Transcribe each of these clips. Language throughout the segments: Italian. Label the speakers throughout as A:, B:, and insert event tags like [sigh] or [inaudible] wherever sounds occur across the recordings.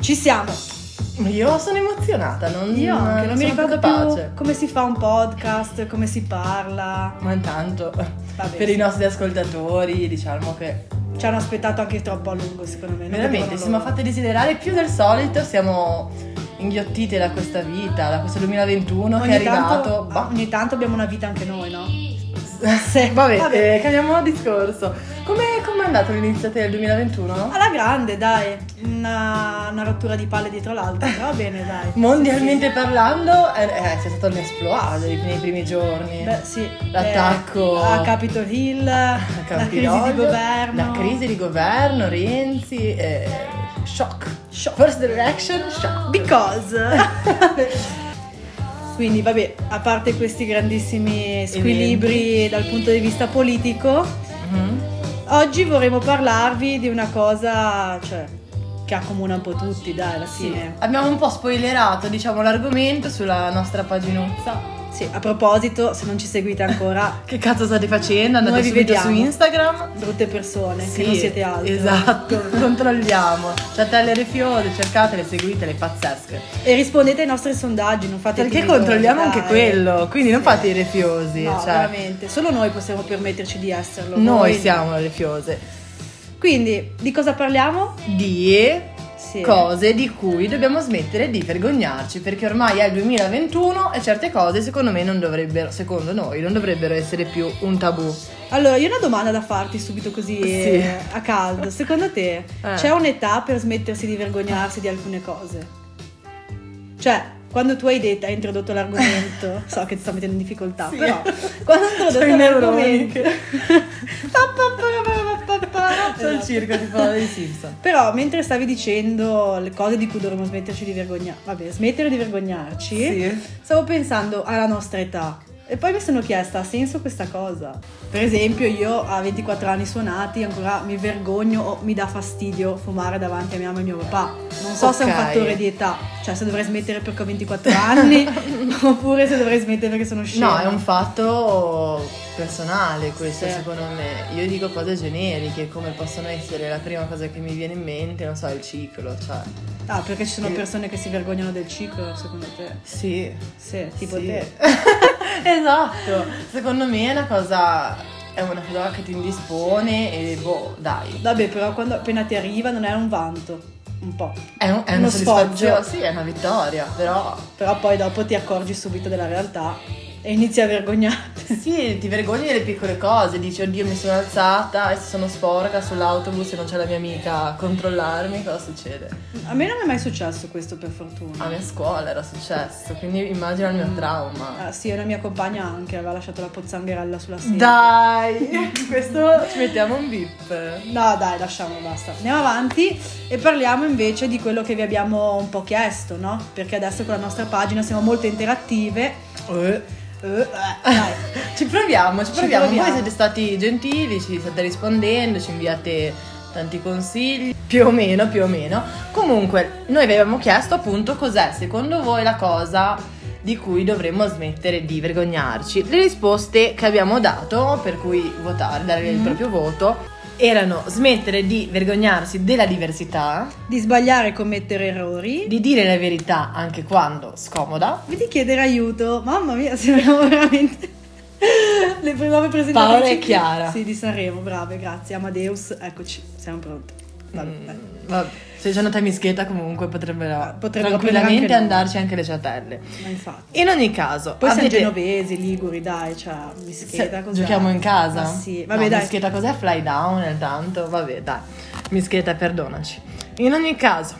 A: Ci siamo.
B: Io sono emozionata, non,
A: Io anche, non mi
B: sono
A: ricordo
B: capace.
A: più come si fa un podcast, come si parla.
B: Ma intanto,
A: Vabbè,
B: per i nostri ascoltatori, diciamo che
A: Ci hanno aspettato anche troppo a lungo, secondo me. non
B: veramente
A: vedevano
B: ci siamo
A: l'ora.
B: fatte desiderare più del solito, siamo inghiottite da questa vita, da questo 2021 che è arrivato.
A: Tanto, ah,
B: Bah.
A: ogni tanto abbiamo una vita anche noi, no? Ah.
B: [laughs] Sì, vabbè, eh, cambiamo discorso. Come com'è andato l'inizio del 2021?
A: Alla grande, dai. Una, una rottura di palle dietro l'altra, però va bene, dai.
B: [laughs] Mondialmente parlando, eh, eh, c'è stato un esploso nei, nei primi giorni.
A: Beh, sì.
B: L'attacco-
A: eh, a Capitol Hill,
B: La
A: la crisi di
B: Campidoglio,
A: governo.
B: La crisi di governo, Renzi, eh, shock. First direction, shock.
A: Because. [laughs] Quindi, vabbè, a parte questi grandissimi squilibri dal punto di vista politico,
B: Mhm.
A: oggi vorremmo parlarvi di una cosa, cioè, che accomuna un po' tutti, dai, alla
B: Sì.
A: fine.
B: Abbiamo un po' spoilerato, diciamo, l'argomento sulla nostra paginuzza.
A: Sì, a proposito, se non ci seguite ancora, [laughs]
B: Che cazzo state facendo? Andate
A: Noi vi
B: subito
A: vediamo.
B: su Instagram.
A: brutte persone,
B: Sì,
A: che non siete altro.
B: Esatto, [laughs] controlliamo. Cioè, Ciatelle rifiode, cercatele, seguitele, pazzesche.
A: E rispondete ai nostri sondaggi, non fate
B: Perché
A: timidoni,
B: controlliamo
A: dai.
B: anche quello, quindi non
A: Sì.
B: fate i refiosi.
A: No,
B: cioè,
A: veramente, solo noi possiamo permetterci di esserlo.
B: noi
A: voi no.
B: siamo le rifiose.
A: Quindi, di cosa parliamo?
B: Di
A: Sì.
B: cose di cui dobbiamo smettere di vergognarci, perché ormai è il 2021 e certe cose secondo me non dovrebbero, secondo noi, non dovrebbero essere più un tabù.
A: Allora, io ho una domanda da farti subito così
B: Sì.
A: eh, a caldo. Secondo te
B: Eh.
A: c'è un'età per smettersi di vergognarsi di alcune cose? Cioè, quando tu hai detto, hai introdotto
B: [laughs]
A: l'argomento, so che ti sto mettendo in difficoltà, [laughs]
B: Sì.
A: però quando hai introdotto
B: Sono i
A: l'argomento...
B: neuroni.
A: [laughs]
B: Sono il
A: Esatto.
B: circo tipo dei Simpson.
A: Però mentre stavi dicendo le cose di cui dovremmo smetterci di vergognarci, vabbè, smettere di vergognarci, stavo pensando alla nostra età. E poi mi sono chiesta, ha senso questa cosa? Per esempio, io a 24 anni suonati ancora mi vergogno o mi dà fastidio fumare davanti a mia mamma e mio papà. Non so se è un
B: Ok.
A: fattore di età, cioè se dovrei smettere perché ho 24
B: [laughs]
A: anni oppure se dovrei smettere perché sono scema.
B: No, è un fatto personale questo
A: Sì.
B: secondo me. Io dico cose generiche come possono essere la prima cosa che mi viene in mente, non so, il ciclo, cioè.
A: Ah, perché ci sono persone che si vergognano del ciclo, secondo te?
B: Sì,
A: Sì, tipo
B: sì.
A: te.
B: [laughs] esatto. Secondo me è una cosa è una cosa che ti indispone e boh, dai.
A: Vabbè, però quando appena ti arriva non è un vanto, un po'.
B: È, un- è
A: Uno
B: una soddisfazione,
A: sfoggio.
B: sì, è una vittoria, però
A: Però poi dopo ti accorgi subito della realtà e inizi a vergognarti.
B: Sì, ti vergogni delle piccole cose, dici oddio mi sono alzata e se sono sporca sull'autobus e non c'è la mia amica a controllarmi, cosa succede?
A: A me non è mai successo questo per
B: A
A: fortuna.
B: me a scuola era successo, quindi immagino il mio trauma.
A: Ah, sì, una mia compagna anche aveva lasciato la pozzangherella sulla sedia.
B: Dai,
A: [laughs]
B: questo ci mettiamo un bip.
A: No, dai, lasciamo, basta. Andiamo avanti e parliamo invece di quello che vi abbiamo un po' chiesto, no? Perché adesso con la nostra pagina siamo molto interattive. Eh, eh, dai.
B: Ci proviamo, ci
A: Ci
B: proviamo.
A: proviamo.
B: Voi siete stati gentili, ci state rispondendo, ci inviate tanti consigli, più o meno, più o meno. Comunque, noi vi avevamo chiesto appunto cos'è secondo voi la cosa di cui dovremmo smettere di vergognarci. Le risposte che abbiamo dato, per cui votare, dare il
A: Mhm.
B: proprio voto, erano smettere di vergognarsi della diversità,
A: Di sbagliare e commettere errori.
B: di dire la verità anche quando scomoda.
A: E di chiedere aiuto. Mamma mia, sembriamo veramente [laughs] le prime nuove presentatrici.
B: Paola e Chiara.
A: Sì, di Sanremo, brave, grazie. Amadeus, eccoci, siamo pronti. Vabbè,
B: Mm,
A: dai.
B: vabbè. Se c'è una mischeta comunque potrebbero,
A: Ah, potrebbero
B: tranquillamente
A: prendere anche noi.
B: andarci anche le ciatelle.
A: ma infatti.
B: In ogni caso,
A: Poi siamo
B: avete-
A: genovesi, liguri, dai, cioè, mischeta,
B: se-
A: cos'è?
B: giochiamo in casa?
A: Ma sì, vabbè,
B: No,
A: dai.
B: Mischeta cos'è? Fly down intanto, vabbè dai. Mischeta perdonaci. In ogni caso,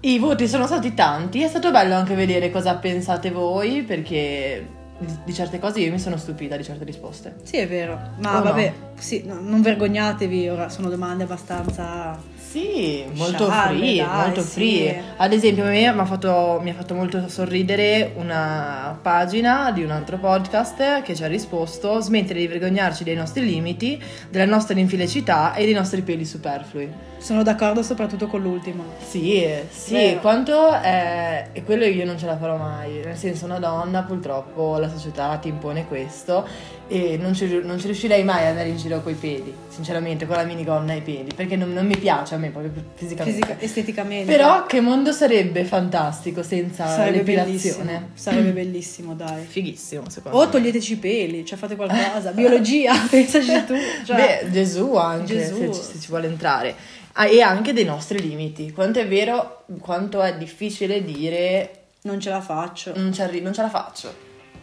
B: i voti sono stati tanti, è stato bello anche vedere cosa pensate voi perché di, di certe cose io mi sono stupita di certe risposte.
A: Sì, è vero. Ma
B: O no?
A: vabbè, sì, no, non vergognatevi, ora sono domande abbastanza...
B: Sì, molto
A: Scialle,
B: free,
A: dai,
B: molto
A: sì.
B: free. Ad esempio, a me mi ha fatto, mi ha fatto molto sorridere una pagina di un altro podcast che ci ha risposto: smettere di vergognarci dei nostri limiti, della nostra infelicità e dei nostri peli superflui.
A: Sono d'accordo soprattutto con l'ultimo.
B: Sì, sì,
A: Vero.
B: quanto è... E quello io non ce la farò mai, nel senso una donna purtroppo la società ti impone questo e non ci, non ci riuscirei mai ad andare in giro coi peli, sinceramente, con la minigonna ai peli, perché non, non mi piace a me proprio fisicamente.
A: Fisica- esteticamente.
B: Certo. Però che mondo sarebbe fantastico senza
A: sarebbe bellissimo.
B: l'epilazione. [clears throat]
A: Sarebbe bellissimo, dai.
B: Fighissimo, secondo
A: O
B: me.
A: toglieteci i peli, cioè fate qualcosa. Biologia,
B: [laughs]
A: pensaci tu. Cioè,
B: Beh, Gesù anche,
A: Gesù.
B: Se, ci, se ci vuole entrare. Ah, e anche dei nostri limiti. Quanto è vero, quanto è difficile dire
A: non ce la faccio.
B: non, ci arri- non ce la faccio.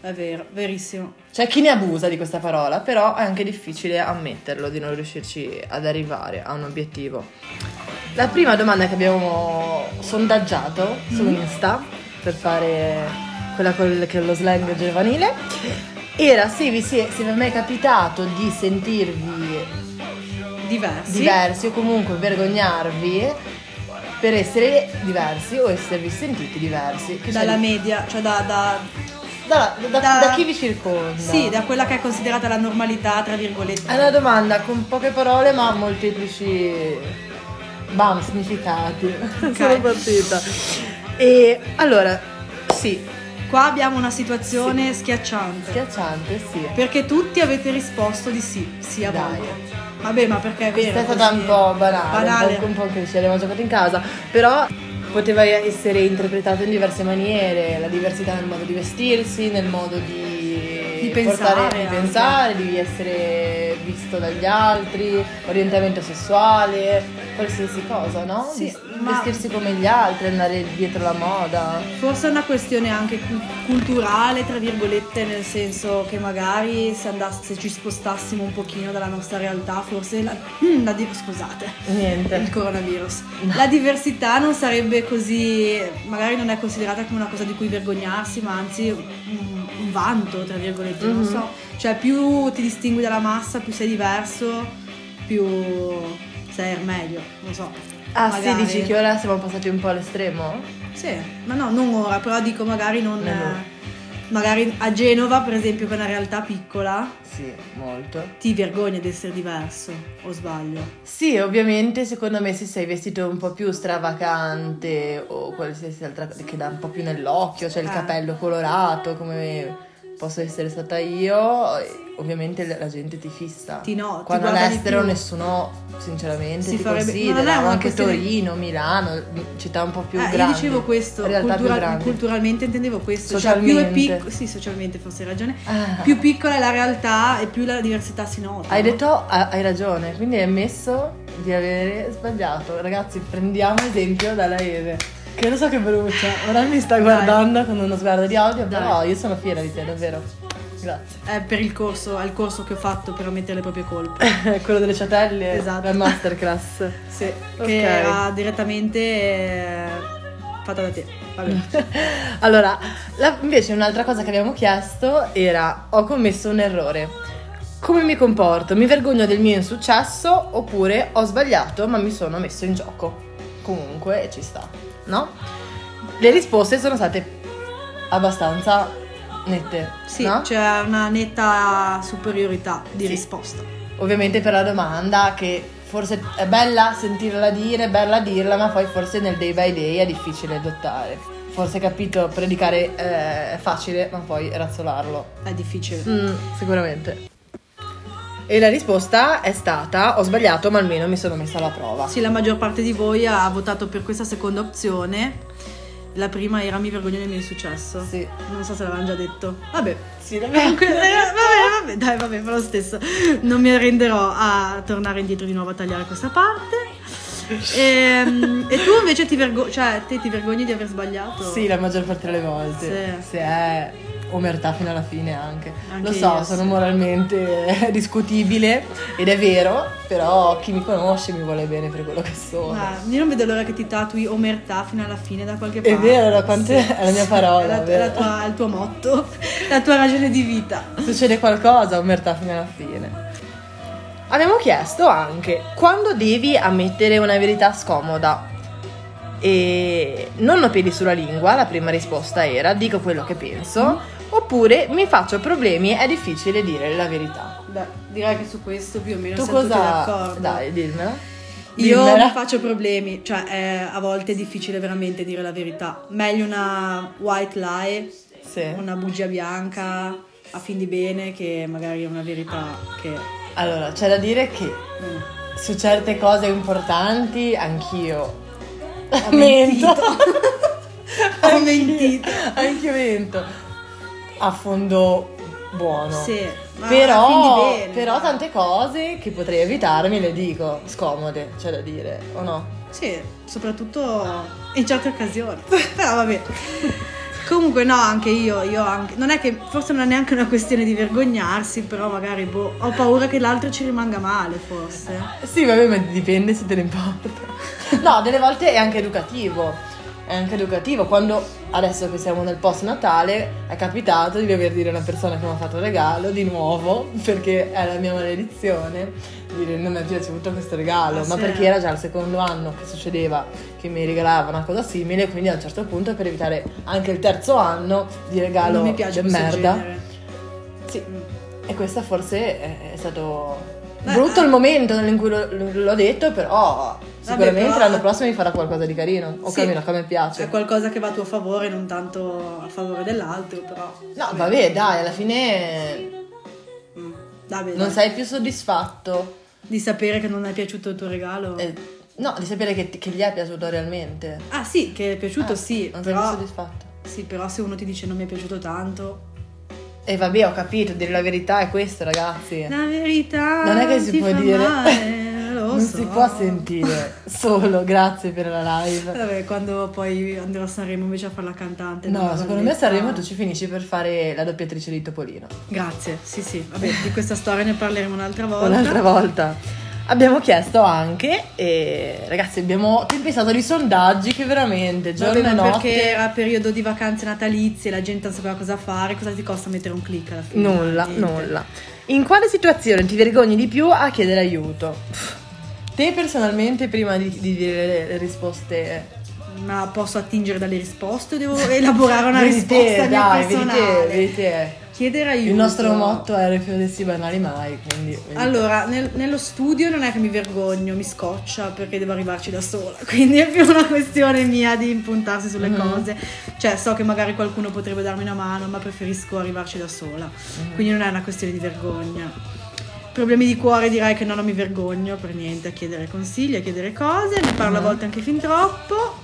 A: È vero, verissimo.
B: C'è Cioè, chi ne abusa di questa parola, però è anche difficile ammetterlo, di non riuscirci ad arrivare a un obiettivo. La prima domanda che abbiamo sondaggiato su
A: Mm-hmm.
B: Insta, per fare quella col- che è lo slang giovanile, era se vi si è, se vi è mai capitato di sentirvi
A: Diversi.
B: diversi o comunque vergognarvi per essere diversi o esservi sentiti diversi. Che
A: dalla
B: c'è-
A: media, cioè da, da-
B: dalla- da,
A: da-
B: da chi vi circonda?
A: Sì, da quella che è considerata la normalità, tra virgolette.
B: È una domanda con poche parole ma molteplici bam significati. [laughs] Sono partita. E allora, sì,
A: Qua abbiamo una situazione schiacciante.
B: schiacciante, sì.
A: Perché tutti avete risposto di sì, sì a
B: Dai.
A: voi. Vabbè, ma perché è vero.
B: Questa è stata
A: così.
B: un po' banale,
A: Banale.
B: un po', un po' cliché, l'abbiamo giocato in casa, però poteva essere interpretato in diverse maniere, la diversità nel modo di vestirsi, nel modo di,
A: Di pensare
B: di,
A: anche.
B: pensare, di essere visto dagli altri, orientamento sessuale, qualsiasi cosa, no?
A: Sì,
B: Ves-
A: ma-
B: Vestirsi come gli altri, andare dietro la moda.
A: Forse è una questione anche cu- culturale, tra virgolette, nel senso che magari se, andass- se ci spostassimo un pochino dalla nostra realtà, forse la, [clears throat] la di- scusate, il
B: Niente.
A: coronavirus. La diversità non sarebbe così, magari non è considerata come una cosa di cui vergognarsi, ma anzi un, un vanto, tra virgolette, non
B: Mhm.
A: so. Cioè più ti distingui dalla massa, più sei diverso, più sei al meglio, non so.
B: Ah
A: Magari.
B: sì, dici che ora siamo passati un po' all'estremo?
A: Sì, ma no, non ora, però dico magari non...
B: No, no.
A: eh, Magari a Genova, per esempio, che è una realtà piccola,
B: Sì, molto.
A: ti vergogni di essere diverso, o sbaglio?
B: Sì, ovviamente secondo me se sei vestito un po' più stravagante o qualsiasi altra cosa che dà un po' più nell'occhio, cioè il
A: Ah.
B: capello colorato come posso essere stata io, eh, ovviamente la la gente ti fissa.
A: Ti no, ti
B: Quando
A: guarda di
B: all'estero
A: più.
B: nessuno sinceramente
A: Si
B: ti
A: farebbe- ma non è
B: considera, o
A: una
B: anche
A: questione-
B: Torino, Milano, città un po' più
A: Eh,
B: grandi.
A: io dicevo questo,
B: realtà più
A: cultura-
B: grandi.
A: culturalmente intendevo questo, cioè più è
B: Socialmente.
A: picco- sì, socialmente forse hai ragione,
B: Ah.
A: più piccola è la realtà e più la diversità si nota.
B: Hai
A: no?
B: detto, ha- hai ragione, quindi hai ammesso di avere sbagliato. Ragazzi, prendiamo esempio dalla Eve. Che lo so che brucia, ora mi sta
A: Dai.
B: guardando con uno sguardo di odio,
A: Dai.
B: però io sono fiera di te, davvero. Grazie. [laughs]
A: È Eh, per il corso, al corso che ho fatto per ammettere le proprie colpe.
B: Quello delle ciotelle,
A: Esatto.
B: la masterclass.
A: Sì,
B: ok.
A: che era direttamente eh, fatta da te. Vabbè.
B: [laughs] Allora, la- invece un'altra cosa che abbiamo chiesto era ho commesso un errore. Come mi comporto? Mi vergogno del mio insuccesso oppure ho sbagliato ma mi sono messo in gioco? Comunque ci sta, no? Le risposte sono state abbastanza nette,
A: Sì, cioè,
B: no?
A: c'è una netta superiorità di
B: Sì.
A: risposta.
B: Ovviamente per la domanda che forse è bella sentirla dire, è bella dirla, ma poi forse nel day by day è difficile adottare. Forse capito, predicare eh, è facile, ma poi razzolarlo.
A: È difficile.
B: Mm, sicuramente. E la risposta è stata: ho sbagliato, ma almeno mi sono messa alla prova.
A: Sì, la maggior parte di voi ha votato per questa seconda opzione. La prima era mi vergogno del mio insuccesso.
B: Sì.
A: Non so se l'avevano già detto. Vabbè.
B: Sì,
A: Comunque, eh, vabbè, vabbè, dai, vabbè, fa lo stesso. Non mi arrenderò a tornare indietro di nuovo a tagliare questa parte.
B: [laughs]
A: Ehm, E, tu invece ti vergogni, cioè, te ti vergogni di aver sbagliato?
B: Sì, la maggior parte delle volte.
A: Esatto. Sì.
B: Se è omertà fino alla fine anche.
A: Anche
B: Lo so,
A: io,
B: sono
A: sì.
B: moralmente [laughs] discutibile ed è vero, però chi mi conosce mi vuole bene per quello che sono.
A: Ah, io non vedo l'ora che ti tatui omertà fino alla fine da qualche parte.
B: È vero, da quante- è la mia parola,
A: È, la- è
B: vero.
A: la tua- è il tuo motto, la tua ragione di vita.
B: Succede qualcosa, omertà fino alla fine. Abbiamo chiesto anche quando devi ammettere una verità scomoda. E non ho peli sulla lingua, la prima risposta era dico quello che penso,
A: Mm.
B: oppure mi faccio problemi, è difficile dire la verità.
A: Beh, direi che su questo più o meno
B: Tu
A: siamo tutti
B: cosa?
A: d'accordo.
B: Dai, dimmela.
A: Io
B: Dimmela.
A: mi faccio problemi, cioè è- a volte è difficile veramente dire la verità. Meglio una white lie,
B: Sì.
A: una bugia bianca a fin di bene che eh, magari è una verità che...
B: Allora, c'è da dire che
A: mm,
B: su certe cose importanti anch'io [laughs] mento.
A: [laughs] Ho mentito.
B: anch'io mento. A fondo buono.
A: Sì, ma
B: Però,
A: quindi bene.
B: però tante cose che potrei evitarmi le dico, scomode, c'è da dire, o no?
A: Sì, soprattutto in certe occasioni. Però vabbè. Comunque no, anche io, io anche. Non è che forse non è neanche una questione di vergognarsi, però magari boh, ho paura che l'altro ci rimanga male, forse.
B: Sì, vabbè, ma dipende se te ne importa. No, delle volte è anche educativo. È anche educativo. Quando adesso che siamo nel post Natale è capitato di dover dire a una persona che mi ha fatto un regalo di nuovo, perché è la mia maledizione, dire non mi è piaciuto questo regalo,
A: Ah,
B: ma
A: sì?
B: perché era già il secondo anno che succedeva che mi regalava una cosa simile, quindi a un certo punto per evitare anche il terzo anno di regalo
A: non mi piace
B: del
A: questo
B: merda.
A: genere.
B: Sì,
A: Mm.
B: e questa forse è, è stato
A: Beh,
B: brutto
A: ah.
B: il momento in cui l'ho, l'ho detto, però sicuramente
A: però-
B: l'anno prossimo mi farà qualcosa di carino. O
A: Sì. Ecco.
B: almeno che a me piace.
A: È qualcosa che va a tuo favore, non tanto a favore dell'altro, però.
B: No, vabbè, dai, alla fine
A: Mm, vabbè,
B: non
A: dai.
B: sei più soddisfatto.
A: Di sapere che non è piaciuto il tuo regalo.
B: Eh, no, di sapere che, che gli è piaciuto realmente.
A: Ah sì, che è piaciuto
B: Ah,
A: sì,
B: Non sei più
A: però,
B: soddisfatto.
A: sì, però se uno ti dice non mi è piaciuto tanto,
B: E vabbè, ho capito, dire la verità è questo, ragazzi.
A: La verità
B: Eh. Non è che si
A: ti
B: può
A: fa
B: dire. [laughs]
A: male, lo
B: non
A: so.
B: si può sentire. Solo, grazie per la live.
A: Vabbè, quando poi andrò a Sanremo invece a fare la cantante. non
B: No,
A: la
B: secondo me
A: balletta.
B: Sanremo tu ci finisci per fare la doppiatrice di Topolino.
A: Grazie, sì, sì. Vabbè, di questa storia ne parleremo un'altra volta.
B: Un'altra volta. Abbiamo chiesto anche, e ragazzi abbiamo pensato di sondaggi che veramente giorno
A: Vabbè,
B: e
A: ma
B: notte...
A: perché era periodo di vacanze natalizie, la gente non sapeva cosa fare, cosa ti costa mettere un click alla fine? Eh.
B: Nulla,
A: Niente.
B: nulla. In quale situazione ti vergogni di più a chiedere aiuto? Te personalmente prima di, di dire le, le risposte...
A: Ma posso attingere dalle risposte o devo elaborare una
B: Vedi te,
A: risposta mia
B: dai, vedi te,
A: personale?
B: vedi te.
A: Chiedere aiuto.
B: Il nostro motto è rifiutarsi banali mai, quindi... vedi [laughs] te.
A: Allora, nel- nello studio non è che mi vergogno, mi scoccia perché devo arrivarci da sola, [laughs] quindi è più una questione mia di impuntarsi sulle
B: Mhm.
A: cose. Cioè, so che magari qualcuno potrebbe darmi una mano, ma preferisco arrivarci da sola,
B: Mhm.
A: quindi non è una questione di vergogna. Problemi di cuore direi che no, non mi vergogno per niente a chiedere consigli, a chiedere cose, ne parlo a
B: Mhm.
A: volte anche fin troppo,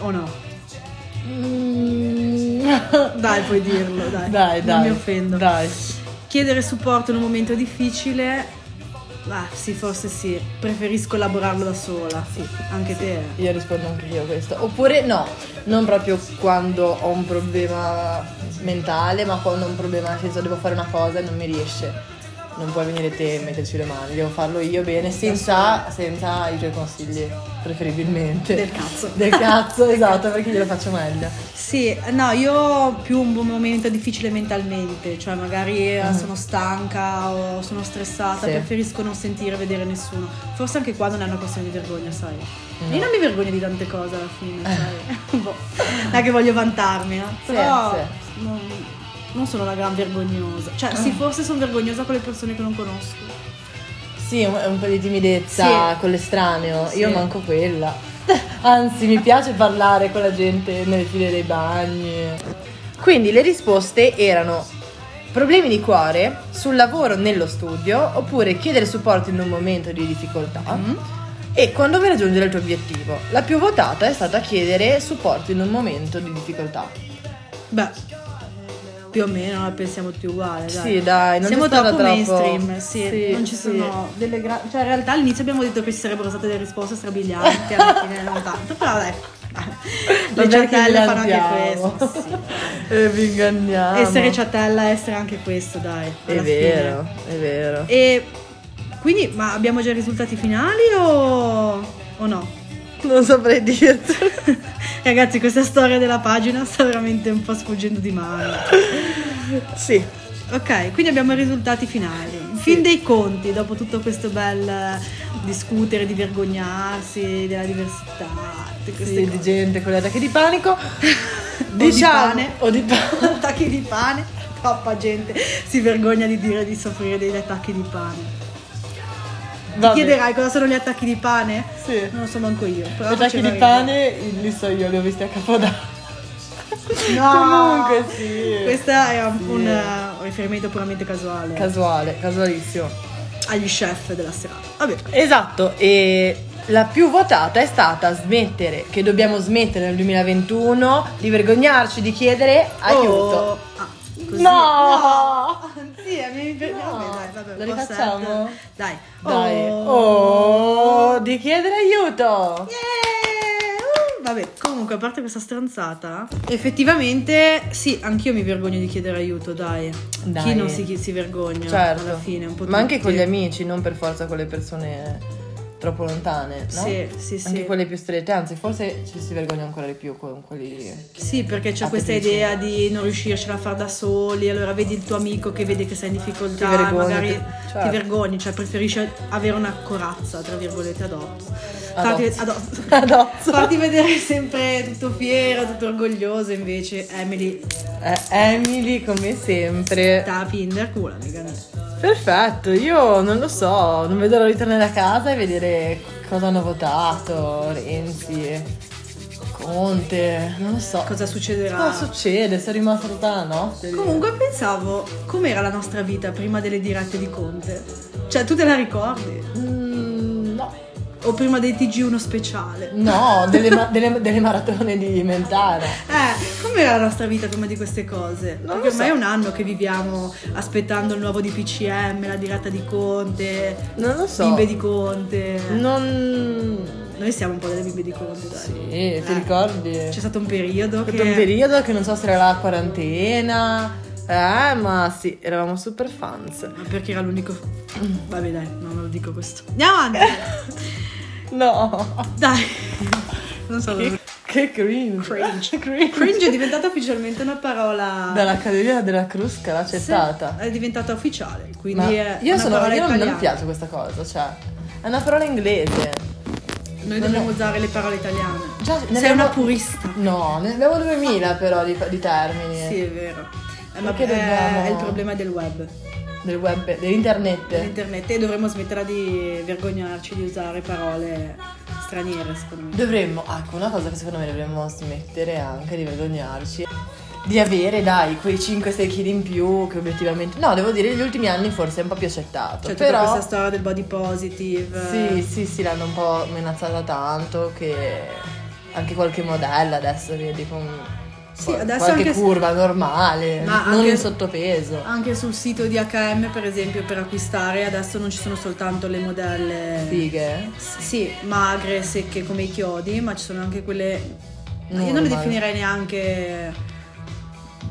A: o no?
B: Mm.
A: Dai, puoi dirlo, dai.
B: Dai,
A: Non
B: dai.
A: mi offendo.
B: Dai.
A: Chiedere supporto in un momento difficile, ma sì, forse sì, preferisco elaborarlo da sola.
B: Sì.
A: Anche te.
B: Io rispondo anche io a questo. Oppure no, non proprio quando ho un problema mentale, ma quando ho un problema nel senso devo fare una cosa e non mi riesce. Non puoi venire te e metterci le mani, devo farlo io bene, senza, senza i tuoi consigli, preferibilmente.
A: Del cazzo. [laughs]
B: Del cazzo, esatto, perché glielo faccio meglio.
A: Sì, no, io ho più un buon momento difficile mentalmente, cioè magari eh,
B: Mm.
A: sono stanca o sono stressata,
B: Sì.
A: preferisco non sentire, vedere nessuno. Forse anche qua non è una questione di vergogna, sai.
B: No.
A: Io non mi vergogno di tante cose alla fine, sai. [laughs] boh, non è che voglio vantarmi, no?
B: Eh. Sì, Ah.
A: Però Non, non sono una gran vergognosa. Cioè, sì, forse sono vergognosa con le persone che non conosco.
B: Sì, un, un po' di timidezza
A: Sì.
B: con l'estraneo,
A: Sì.
B: io manco quella. [laughs] Anzi, mi piace parlare con la gente nelle file dei bagni. Quindi le risposte erano problemi di cuore, sul lavoro nello studio, oppure chiedere supporto in un momento di difficoltà.
A: Mm.
B: E quando vuoi raggiungere il tuo obiettivo? La più votata è stata chiedere supporto in un momento di difficoltà.
A: Beh, più o meno la pensiamo tutti uguale, dai.
B: Sì, dai, non
A: Siamo
B: c'è stata
A: troppo mainstream,
B: troppo-
A: sì,
B: sì,
A: non ci
B: sì.
A: sono delle gra- Cioè, in realtà all'inizio abbiamo detto che ci sarebbero state delle risposte strabilianti, alla fine non tanto, però dai. Le
B: Vabbè,
A: ciatelle
B: che
A: fanno anche
B: andiamo.
A: questo. sì.
B: [laughs] e vi inganniamo.
A: Essere ciatella, essere anche questo, dai.
B: È
A: alla
B: vero,
A: fine.
B: è vero.
A: E quindi, ma abbiamo già i risultati finali o, o no? [laughs]
B: [laughs] Non saprei dirtelo.
A: Ragazzi, questa storia della pagina sta veramente un po' sfuggendo di mano.
B: Sì.
A: Ok, quindi abbiamo i risultati finali. Fin dei conti, dopo tutto questo bel eh, discutere, di vergognarsi, della diversità, tutte queste
B: Sì, di
A: cose. Boh,
B: gente con le attacchi di panico.
A: di
B: Diciamo-
A: pane. [laughs]
B: O di pane.
A: attacchi di pane, troppa gente si vergogna di dire di soffrire degli attacchi di pane.
B: Vabbè.
A: Ti chiederai cosa sono gli attacchi di pane?
B: Sì.
A: Non lo so manco io.
B: Gli
A: Però
B: attacchi
A: faceva
B: di
A: ridere.
B: pane, li so io, li ho visti a Capodanno.
A: No!
B: Comunque sì.
A: Questo è un,
B: Sì.
A: un, eh, riferimento puramente casuale.
B: Casuale, casualissimo.
A: agli chef della serata. Vabbè.
B: Esatto, e la più votata è stata smettere, che dobbiamo smettere nel 2021, di vergognarci, di chiedere
A: Oh,
B: aiuto.
A: ah, così.
B: No!
A: Sì, eh, mi mi-
B: No.
A: vabbè, dai, vabbè,
B: Lo
A: può
B: rifacciamo?
A: essere. Dai.
B: Dai,
A: Oh.
B: oh, di chiedere aiuto.
A: Yeah! Uh, Vabbè, comunque, a parte questa stronzata, effettivamente sì, anch'io mi vergogno di chiedere aiuto, dai.
B: Dai.
A: Chi non si, chi si vergogna
B: Certo.
A: alla fine, un po'
B: Ma anche
A: tutti.
B: con gli amici, non per forza con le persone troppo lontane, no?
A: Sì, sì, sì.
B: Anche quelle più strette, anzi, forse ci si vergogna ancora di più con quelli.
A: Sì, perché c'è
B: Ah,
A: questa
B: che dici?
A: idea di non riuscircela a far da soli, allora vedi il tuo amico che vede che sei in difficoltà,
B: Ti vergogni,
A: magari
B: ti- certo.
A: ti vergogni, cioè preferisci avere una corazza, tra virgolette, addosso. Farti,
B: Addosso.
A: addosso.
B: [laughs] Adozzo.
A: [laughs] Farti vedere sempre tutto fiero, tutto orgoglioso, invece Emily
B: Eh, Emily, come sempre.
A: tappi in der culo, amica mia.
B: Perfetto, io non lo so, non vedo l'ora di tornare a casa e vedere cosa hanno votato Renzi, Conte, non lo so.
A: Cosa succederà?
B: Cosa succede? Sono rimasta tutta la notte. lì.
A: Comunque pensavo, com'era la nostra vita prima delle dirette di Conte? Cioè, tu te la ricordi?
B: Mm, no.
A: O prima dei TG1 speciale?
B: No, delle, ma- delle- delle maratone di mentana.
A: Eh, com'era la nostra vita prima di queste cose?
B: Non lo
A: Perché ormai
B: so.
A: è un anno che viviamo aspettando il nuovo DPCM, la diretta di Conte,
B: Non lo so.
A: bimbe di Conte.
B: Non.
A: Noi siamo un po' delle bimbe di Conte, dai.
B: Sì,
A: Eh.
B: ti ricordi?
A: C'è
B: C'è
A: stato un periodo
B: stato
A: che...
B: un periodo che non so se era la quarantena. Eh, ma sì, eravamo super fans.
A: Ma perché era l'unico...
B: Mm.
A: Vabbè dai, no, non lo dico questo. Andiamo
B: [laughs]
A: avanti!
B: No.
A: dai! Non so...
B: Che, che cringe.
A: Cringe.
B: [laughs] cringe.
A: Cringe è diventata ufficialmente una parola...
B: Dall'Accademia della Crusca l'ha
A: Sì,
B: accettata.
A: È diventata ufficiale, quindi
B: Ma
A: è
B: io
A: una
B: sono.
A: parola
B: Io non, non mi
A: italiana.
B: piace questa cosa, cioè. È una parola inglese.
A: Noi
B: Non
A: dobbiamo
B: è-
A: usare le parole italiane.
B: Già, ne
A: Sei
B: abbiamo-
A: una purista.
B: No, ne abbiamo 2000 però di, di termini.
A: Sì, è vero. Eh, ma
B: Perché
A: è-
B: dobbiamo-
A: è il problema del web,
B: Del web, dell'internet.
A: dell'internet e dovremmo smetterla di vergognarci di usare parole straniere, secondo me.
B: Dovremmo, ecco, una cosa che secondo me dovremmo smettere anche di vergognarci. Di avere, dai, quei 5-6 kg in più che obiettivamente. No, devo dire, negli ultimi anni forse è un po' più accettato.
A: Cioè, tutta
B: però.
A: questa storia del body positive.
B: Sì, sì, sì, l'hanno un po' menazzata tanto che anche qualche modella adesso vedi con
A: Sì,
B: qual-
A: adesso
B: qualche
A: anche se-
B: curva normale,
A: Ma
B: non
A: anche-
B: in sottopeso.
A: eh, Anche sul sito di HM, per esempio, per acquistare adesso non ci sono soltanto le modelle
B: Fighe.
A: Sì, magre, secche come i chiodi, ma ci sono anche quelle. Io non le
B: Normali.
A: definirei neanche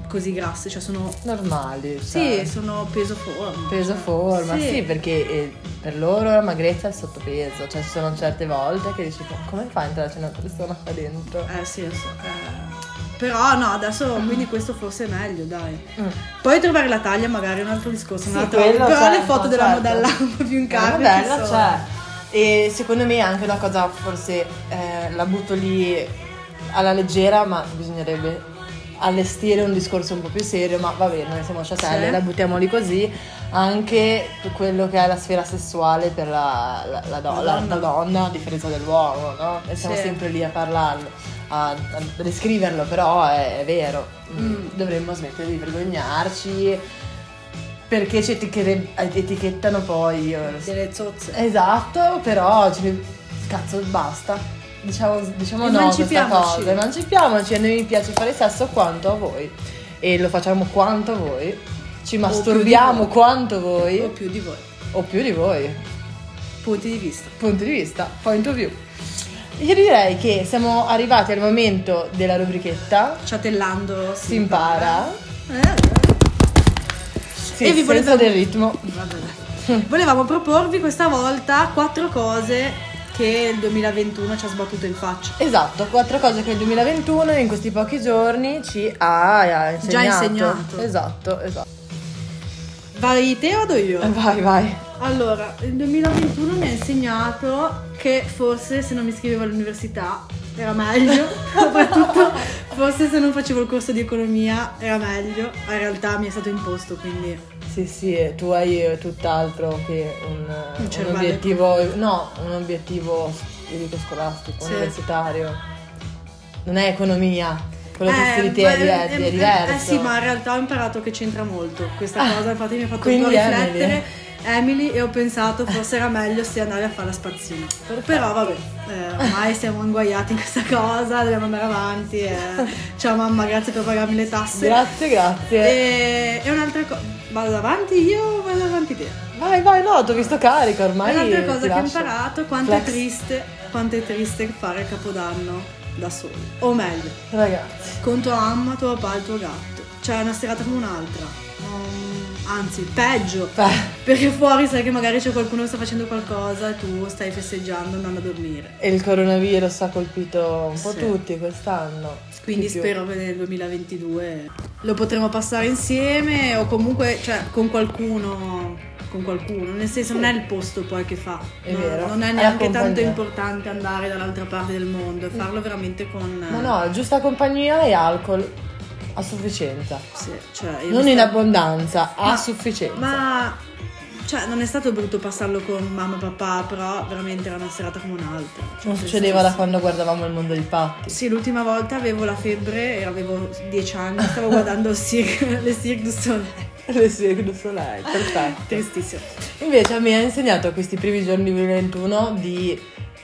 A: così grasse, cioè sono.
B: Normali.
A: Sì,
B: cioè,
A: sono peso forma. cioè.
B: Peso forma, sì, perché eh, per loro la magrezza è il sottopeso, cioè ci sono certe volte che dici "Co- come fa a entrarci una persona qua dentro?
A: Eh sì, lo so, eh. Però no, adesso quindi questo forse è meglio, dai.
B: Mm.
A: Poi trovare la taglia magari è un altro discorso, un
B: Sì,
A: altro-
B: quello
A: Però le
B: certo,
A: foto della
B: certo.
A: modella [laughs] un po' più in
B: È
A: cambio.
B: una bella, c'è. E secondo me anche una cosa forse eh, la butto lì alla leggera, ma bisognerebbe allestire un discorso un po' più serio, ma va bene, noi siamo sciatelle,
A: Sì.
B: la buttiamo lì così, anche quello che è la sfera sessuale per la, la- la do-
A: La
B: la-
A: donna.
B: la donna, a differenza dell'uomo, no? E siamo
A: Sì.
B: sempre lì a parlarlo, a, a descriverlo, però è, è vero,
A: Mm.
B: dovremmo smettere di vergognarci perché ci etiche- etichettano poi... eh,
A: Delle zozze.
B: Esatto, però ci- cazzo basta. Diciamo, diciamo no a questa
A: Emancipiamoci.
B: cosa, emancipiamoci, a noi mi piace fare sesso quanto a voi e lo facciamo quanto a voi, ci
A: più di
B: masturbiamo
A: voi.
B: quanto a voi
A: O più di voi.
B: o più di voi,
A: Punti di vista.
B: punto di vista, point of view. Io direi che siamo arrivati al momento della rubrichetta,
A: Ciatellando
B: si impara,
A: Eh.
B: sì,
A: E vi
B: senza
A: volevo-
B: del ritmo.
A: Vabbè, dai. Volevamo proporvi questa volta quattro cose che il 2021 ci ha sbattuto in faccia.
B: Esatto, quattro cose che il 2021 in questi pochi giorni ci ha, eh, ha insegnato.
A: Già insegnato.
B: Esatto, esatto.
A: Vai te o vado
B: Eh,
A: io?
B: Vai, vai.
A: Allora, il 2021 mi ha insegnato che forse se non mi iscrivevo all'università era
B: [laughs]
A: meglio, soprattutto forse se non facevo il corso di economia era meglio, ma in realtà mi è stato imposto, quindi
B: Sì, sì, eh, tu hai tutt'altro che un, eh, un
A: cervello
B: obiettivo, no, un obiettivo, io dico scolastico,
A: Sì.
B: universitario. Non è economia, quello che
A: Eh,
B: stili te
A: ma-
B: è, diver-
A: eh,
B: è
A: eh,
B: diverso. Ah,
A: Eh sì, ma in realtà ho imparato che c'entra molto questa cosa, infatti mi ha fatto un
B: quindi
A: po'
B: Emily.
A: riflettere Emily e ho pensato forse era meglio se andare a fare la spazzina. Però vabbè, eh, ormai siamo inguaiati in questa cosa, dobbiamo andare avanti. eh. Ciao mamma, grazie per pagarmi le tasse.
B: Grazie, grazie.
A: Eh. E, e un'altra cosa, vado avanti io o vado avanti te?
B: Vai, vai, no, ti ho visto carica ormai.
A: un'altra cosa
B: ti
A: che ho
B: lascio.
A: imparato, quanto è
B: Flex.
A: triste, quanto è triste fare Capodanno da soli. O meglio,
B: Ragazzi,
A: con tua mamma, tuo papà e il tuo gatto. Cioè una serata come un'altra. Um, anzi, peggio.
B: beh,
A: Perché fuori sai che magari c'è qualcuno che sta facendo qualcosa e tu stai festeggiando andando a dormire.
B: e il coronavirus ha colpito un po'
A: Sì.
B: tutti quest'anno.
A: Quindi
B: Di più.
A: spero che nel 2022 lo potremo passare insieme o comunque cioè, con qualcuno. Con qualcuno, nel senso non è il posto poi che fa,
B: È
A: non,
B: vero.
A: non
B: È
A: è
B: la
A: neanche tanto
B: compagnia.
A: importante andare dall'altra parte del mondo e farlo veramente con...
B: Ma no, giusta compagnia e alcol a sufficienza.
A: sì, cioè, io
B: Non
A: mi
B: in
A: sto-
B: abbondanza, a
A: Ma-
B: sufficienza.
A: Ma cioè, non è stato brutto passarlo con mamma e papà, però veramente era una serata come un'altra. Cioè,
B: Non succedeva da
A: tristissimo.
B: quando guardavamo il mondo di
A: [laughs]
B: Patti.
A: Sì, l'ultima volta avevo la febbre e avevo 10 anni, stavo guardando [laughs] il Cirque, le Cirque du Soleil.
B: Le Cirque du Soleil, perfetto.
A: Tristissimo.
B: [laughs] Invece mi ha insegnato questi primi giorni del 2021 di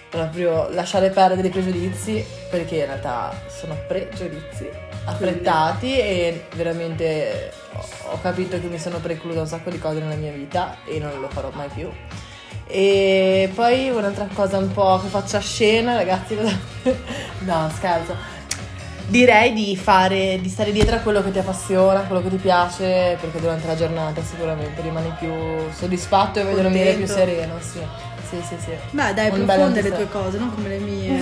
B: proprio lasciare perdere i pregiudizi, perché in realtà sono pregiudizi affrettati e veramente ho ho capito che mi sono preclusa un sacco di cose nella mia vita e non lo farò mai più. E poi un'altra cosa un po' che faccio a scena, ragazzi, [laughs] no, scherzo. Direi di fare, di stare dietro a quello che ti appassiona, quello che ti piace, perché durante la giornata sicuramente rimani più soddisfatto e vuoi dormire più
A: Contento.
B: sereno, sì. Sì, sì, sì.
A: Beh, dai,
B: Un
A: profonde
B: bel
A: le
B: anno.
A: tue cose, non come le
B: [laughs]
A: mie.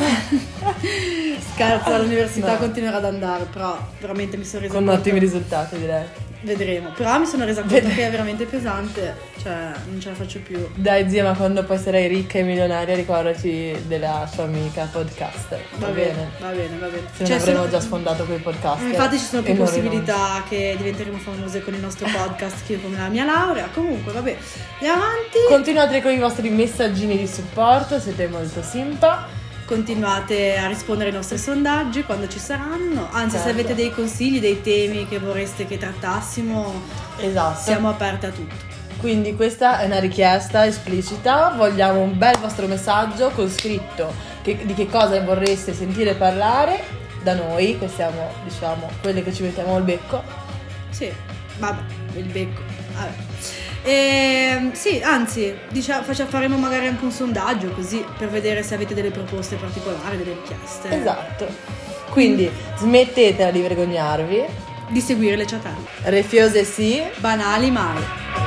A: Scherzo, all'università
B: No.
A: continuerò ad andare, però veramente mi sono resa
B: Con
A: conto.
B: ottimi risultati, direi.
A: Vedremo. Però mi sono resa conto che è veramente pesante, cioè non ce la faccio più.
B: Dai zia, ma quando poi sarai ricca e milionaria ricordaci della sua amica podcaster.
A: Va bene, va bene, va bene.
B: Se non
A: Cioè,
B: avremo
A: sono-
B: già sfondato quei podcast.
A: Infatti ci sono più
B: E non
A: possibilità che diventeremo famose con il nostro podcast che con la mia laurea. Comunque, vabbè, andiamo avanti.
B: rinuncio. Continuate con i vostri messaggini di supporto, siete molto simpa.
A: Continuate a rispondere ai nostri sondaggi quando ci saranno. Anzi,
B: Certo.
A: se avete dei consigli, dei temi che vorreste che trattassimo,
B: Esatto.
A: siamo aperte a tutto.
B: Quindi questa è una richiesta esplicita, vogliamo un bel vostro messaggio con scritto che- di che cosa vorreste sentire parlare da noi, che siamo diciamo quelle che ci mettiamo il becco.
A: Sì, vabbè, il becco. Vabbè. Ehm, sì, anzi, diciamo, faccia- faremo magari anche un sondaggio così per vedere se avete delle proposte particolari, delle richieste.
B: Esatto. Quindi smettetela di vergognarvi,
A: Di seguire le chatelle.
B: Refiose sì,
A: Banali mai.